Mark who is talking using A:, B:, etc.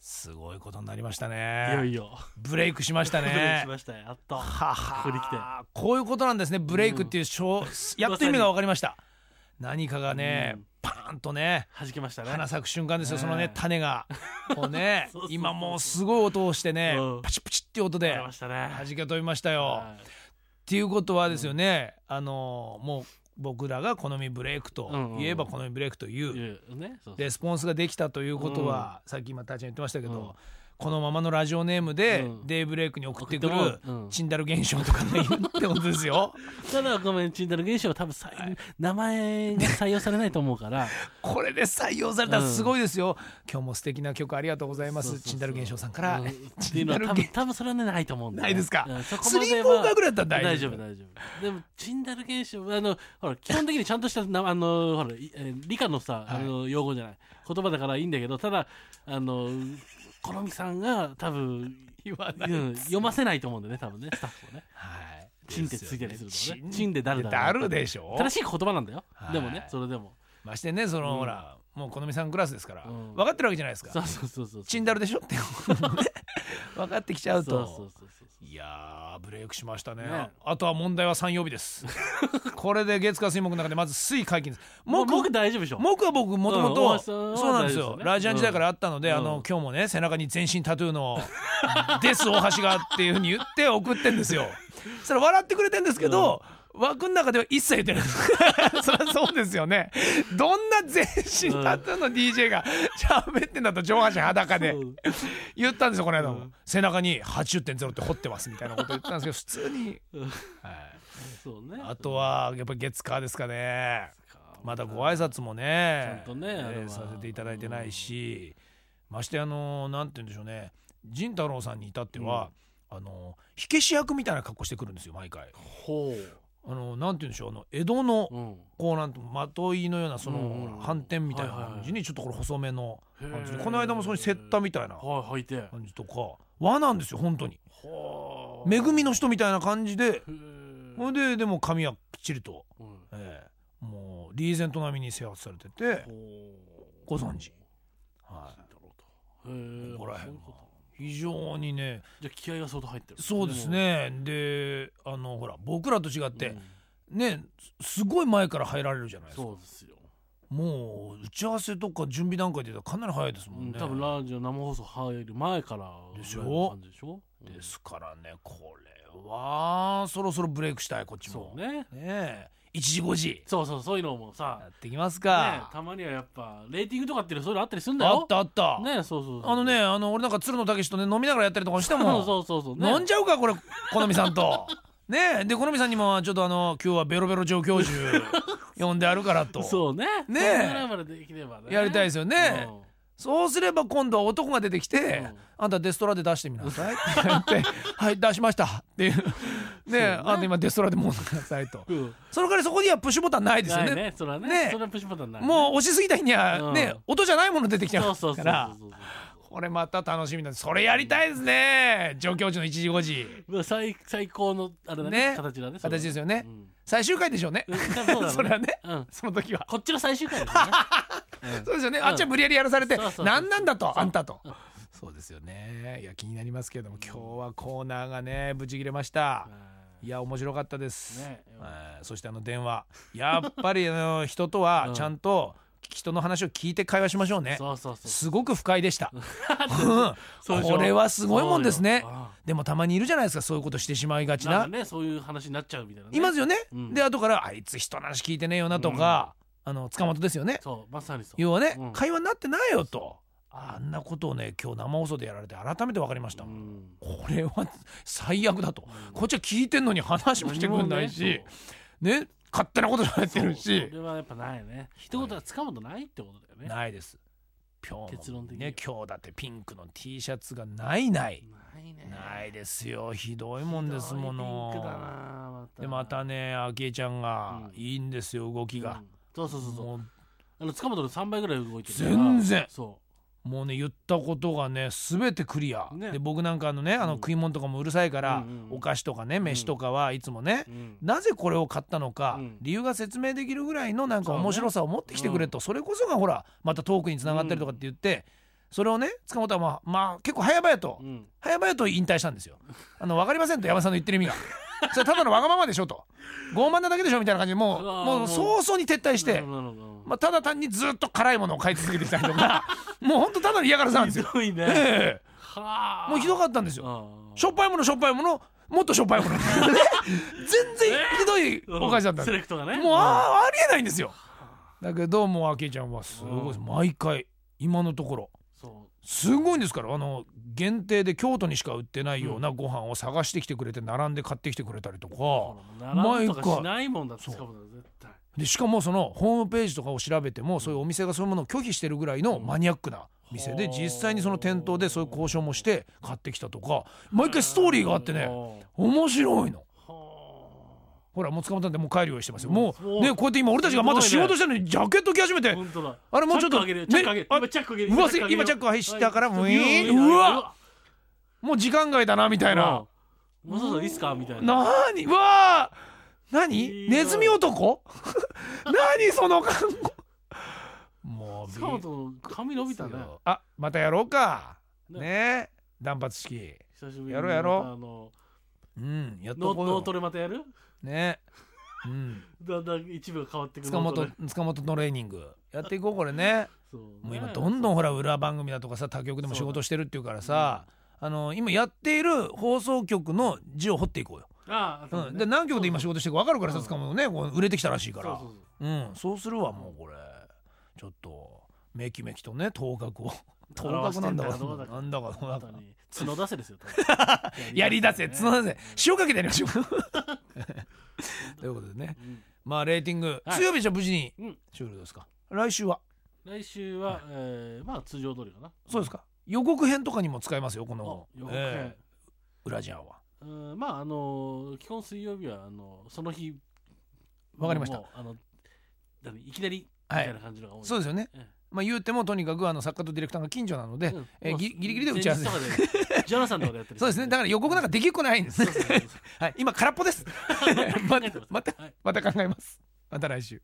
A: すごいことになりました
B: いよ
A: ね
B: いよ
A: ブレイクしました
B: ブレイク
A: ね
B: しましたやっと
A: は
B: ここに来て
A: はこういうことなんですねブレイクっていう小、やっと意味が分かりました何かがね、
B: うん
A: パーンとね
B: 弾けましたね
A: 花咲く瞬間ですよ、
B: ね
A: そのね種 がこうね
B: そうそうそう
A: 今もうすごい音をしてね、
B: うん
A: パチパチっていう音
B: あ
A: で
B: りましたね
A: 弾け飛びましたよ、
B: は
A: っていうことはですよね、あのもう僕らが好みブレイクと言えば
B: うん
A: 好みブレイクという、
B: いいうねそうそう
A: レスポンスができたということは、さっき今たちゃん言ってましたけど、このままのラジオネームで、
B: うん
A: デイブレイクに送ってくる
B: 送ってもらううん
A: チンダル現象とかね、言うってことですよ。
B: ただごめんチンダル現象は多分さ名前が採用されないと思うから
A: これで採用されたらすごいですよ。今日も素敵な曲ありがとうございます。
B: そうそうそう
A: チンダル現象さんから、
B: うんってい
A: チ
B: う
A: ン
B: の
A: ダ
B: は
A: ル現
B: 多分多分それはねないと思うんだよ
A: ないですか
B: うんそこ
A: ス
B: ま
A: リー
B: で
A: フォー
B: は
A: カーぐらいだったら
B: 大
A: 大丈
B: 丈
A: 夫
B: 夫大丈夫でもチンダル現象あのほら基本的にちゃんとしたなあのほらいえー理科のさ
A: はい
B: あの用語じゃない言葉だからいいんだけどただあの好みさんが多分
A: 言わない。
B: うん読ませないと思うんだよね多分ねスタッフはね
A: はい。
B: チンってついてるする
A: ですよ
B: とねチンで誰だ
A: だるでしょ
B: 正しい言葉なんだよ
A: はい
B: でもねそれでも
A: ましてね、その、
B: うん
A: ほら、もう好みさんクラスですから、
B: うん
A: 分かってるわけじゃないです
B: そ
A: か。
B: うそうそうそう
A: チンダルでしょって、 分かってきちゃうと。
B: そうそうそうそう
A: いやーブレイクしましたね
B: ね
A: あとは問題は3曜日です これで月火水木の中でまず水解禁です木
B: 僕大丈夫でしょ
A: 木は僕もとも
B: うん
A: と
B: 大橋さんは
A: そうなんです
B: 大丈
A: よ
B: 夫ですね
A: ラジアン時代からあったので、
B: うん
A: あ
B: うん
A: の今日もね背中に全身タトゥーの「です大橋が」っていうふうに言って送ってん ですよそしたら笑ってくれてんですけど、枠の中では一切言ってない そりゃそうですよねどんな全身タトゥーの DJ が喋ってんだと上半身裸で
B: うん
A: 言ったんですよこの間も、
B: うん
A: 背中に80.0って掘ってますみたいなこと言ったんですけど普通に、
B: うん
A: はい、
B: そうね
A: あとはやっぱり月火ですかねまだご挨拶もね
B: ちゃんとねあれは
A: させていただいてないし、ましてあのなんて言うんでしょうね仁太郎さんに至っては、あの火消し役みたいな格好してくるんですよ毎回。
B: ほ
A: あのなんて言うんでしょうあの江戸の
B: う、うん、
A: こうなんとまといのようなその、
B: うんうんうん
A: ほら斑点みたいな
B: はいはいはい
A: 感じにちょっとこれ細めの感じで、
B: へー
A: この間もそういうセッターみたいな
B: はい履いて
A: 感じとか和なんですよ本当に
B: は
A: 恵みの人みたいな感じで
B: へー
A: ほんででも髪はきっちりと、
B: うん
A: ええもうリーゼント並みに制圧されてて、
B: ほう
A: ご存知は
B: だろうとへえ
A: ここら辺はい
B: こと
A: い、非常にね
B: じゃあ気合が相当入ってる
A: そうですねであのほら僕らと違って
B: でも、
A: ねすすごい前から入られるじゃない
B: う
A: で
B: ん
A: すか
B: そうですよ、
A: もう打ち合わせとか準備段階で言ったらかなり早いですも
B: うんん、
A: ね、
B: 多分ラジオ生放送入る前から
A: でしょ
B: ぐらいの感じでしょうん
A: ですからねこれはそろそろブレイクしたいこっちも
B: そうね
A: ねえ1時5時
B: そうそうそういうのも
A: や
B: さ、
A: ってきます
B: ね
A: か、、
B: たまにはやっぱレーティングとかっていうのそういうのあったりするんだ
A: あ
B: よ
A: ったあった、
B: ねそうそうそう
A: あのねあの俺なんか鶴野武とね飲みながらやったりとかしても
B: そうそうそうそう、
A: 飲んじゃうかこれ好みさん とねえで好みさんにもちょっとあの今日はベロベロ上教授呼んであるからと
B: そうね
A: ね
B: それぐらいまでできればね
A: やりたいですよね
B: うん
A: そうすれば今度は男が出てきて
B: うん
A: 「あんたデストラで出してみな さい」って言って「はい出しました」っていう「ねえ
B: そうね
A: あんた今デストラでもう飲んでなさい」と
B: うん
A: その代わりそこにはプッシュボタンないですよ
B: な
A: ね
B: いねそれはね
A: ね
B: それはプッシュボタンない
A: もう押しすぎた日にはね
B: うん
A: 音じゃないもの出てきちゃ
B: そう
A: う
B: そうそうそ
A: か
B: う
A: ら
B: そう
A: これまた楽しみなんでそれやりたいですね上教授の1時5時
B: まあ最最高のあれだ
A: ね
B: ね形だね
A: 形です
B: よ
A: よね最終回でしょうね
B: うん多分
A: そ
B: そう
A: れ
B: だ
A: は
B: ね
A: ね
B: うん
A: その時は
B: こっちの最終回です よねうん
A: そうですよね。
B: ん
A: あっちは無理やりやらされて
B: そうそうそ、う
A: 何なんだと、
B: そう
A: あんたと。そうですよね。いや、気になりますけれども、今日はコーナーがね、ブチ切れました。いや、面白かったです。
B: ね
A: はいそしてあの電話。やっぱりあ の人とはちゃんと人の話を聞いて会話しましょうね。
B: そうそうそう
A: すごく不快でした。
B: そうでしょ
A: これはすごいもんですね
B: そうよあ。
A: でもたまにいるじゃないですか、そういうことしてしまいがち
B: なんか
A: な。
B: ねそういう話になっちゃうみたいなね
A: いますよね。
B: うん
A: で、後から、あいつ人の話聞いてねえよなとか、あの、塚本ですよね。
B: そうまさにそう
A: 要はね、
B: うん
A: 会話になってないよとあんなことをね今日生放送でやられて改めて分かりました、
B: うん
A: これは最悪だと、
B: うん
A: こっちは聞いてんのに話もしてくれないし
B: 何もね
A: ね勝手なこと喋ってる
B: そう
A: し
B: それはやっぱないね一言はつかむとないってことだよね
A: ないです今日
B: 結
A: も
B: 論的には
A: ね今日だってピンクの T シャツがないない、
B: ないね
A: ないですよひどいもんですもの
B: ひどいピンクだなまた
A: でまたね昭恵ちゃんが
B: うん
A: いいんですよ動きが
B: うん、そうそうそうそう
A: もう
B: あの塚本の3倍ぐらい動いてるから
A: 全然
B: そ
A: もうね言ったことがね全てクリア、
B: ね
A: で僕なんかあのねあの
B: うん
A: 食い物とかもうるさいから、
B: うんうんうん
A: お菓子とかね飯とかはいつもね
B: う、、うん
A: なぜこれを買ったのか、
B: うん
A: 理由が説明できるぐらいのなんか
B: そうね
A: 面白さを持ってきてくれとそ,、れこそがほらまたトークにつながったりとかって言って、それをね塚本はまあ、まあ、結構早々と、
B: うん
A: 早々と引退したんですよ。あの分かりませんと山田さんの言ってる意味が。それただのわがままでしょと傲慢なだけでしょみたいな感じでもう
B: うわー
A: も
B: も
A: う
B: う
A: 早々に撤退して、
B: なるほど
A: まあ、ただ単にずっと辛いものを買い続けてきたりと かもうほんとただの嫌がらせなんですよ。
B: ひどいね
A: え
B: は
A: え
B: あ
A: もうひどかったんですよ。
B: あ
A: しょっぱいものしょっぱいものもっとしょっぱい もの全然ひどい
B: ー
A: お菓子だったん
B: セ
A: で
B: レクトがね
A: もうあーありえないんですよだけどもうあけちゃんはすごいです
B: う
A: 毎回今のところ
B: そ
A: すごいんですからあの限定で京都にしか売ってないようなご飯を探してきてくれて並んで買ってきてくれたりと
B: う
A: か
B: 並ぶとかしないもんだって
A: 毎回
B: 使うもんだ絶対
A: でしかもそのホームページとかを調べてもそういうお店がそういうものを拒否してるぐらいのマニアックな店で
B: うん
A: 実際にその店頭でそういう交渉もして買ってきたとか毎回ストーリーがあってね
B: は
A: 面白いの。
B: あは
A: ほらもう捕まったんでもう帰るようにしてますよ
B: うん
A: も
B: そう
A: うねこうやって今俺たちがまた仕事してるのにジャケット着始め
B: あ
A: て
B: 本当だ
A: あれもうちょっと
B: チャック上げるよチャック上げ
A: ね
B: る
A: あ
B: 今チャック上げる
A: うわ今チャック入ったからウィーンうわもう時間外だなみたいな
B: うんもうそろそろいいっすかみたいな
A: なーにうわー
B: い
A: 何
B: いな
A: ネズミ男 何その看護もうび
B: スカウト髪伸びたね
A: あまたやろうか
B: ね
A: ね断髪式
B: 久しぶりに
A: やろうやろう
B: またあの
A: うんやっ
B: ノ
A: とこう
B: ノート
A: よ
B: レまたやる
A: ね うん
B: だんだん一部が変わってくる
A: 塚
B: ノート
A: 本
B: レ
A: 塚本トレーニングやっていこうこれ ね
B: そう
A: もう今どんどんほら裏番組だとかさ他局でも仕事してるっていうからさ、あの今やっている放送局の字を掘っていこうよ、
B: ああ
A: うん、で何局で今仕
B: 事
A: 事してるか分かるからさ
B: そう
A: つかもねこう売れてきたらしいか
B: からら
A: うんそうするわもうこれちょっとめきめきとね頭角を頭角なんだ
B: 表してんだよどうだ
A: わ
B: か
A: なんだかどうだか
B: 角出せですよ
A: やり出せ角出せ塩かけてやりま しょう
B: せ
A: ということでねまあレーティング、
B: はい
A: 強火じゃ無事に
B: うん
A: 終了ですか来週は
B: 来週はえーまあ通常通りかな
A: そうですか予告編とかにも使えますよこ
B: あ
A: の
B: 予告
A: え
B: 編
A: え裏ジャンは
B: うんまああの基本水曜日はあのその日
A: わかりました
B: もうあの何いきなりみ
A: は
B: た
A: い
B: いな感じのが多い
A: そうですよね
B: ええ。
A: まあ言うてもとにかくあの作家とディレクターが近所なので、
B: うん
A: えー
B: まあ
A: ぎギリギリで打ち合わせ
B: 前日とかで ジョナサンとかでやったり
A: そうですね。だから予告なんかできっこないんです
B: そ
A: ね。
B: うそうそうそう
A: はい、今空っぽです。また
B: 考えてます
A: また
B: はい
A: また考えます。また来週。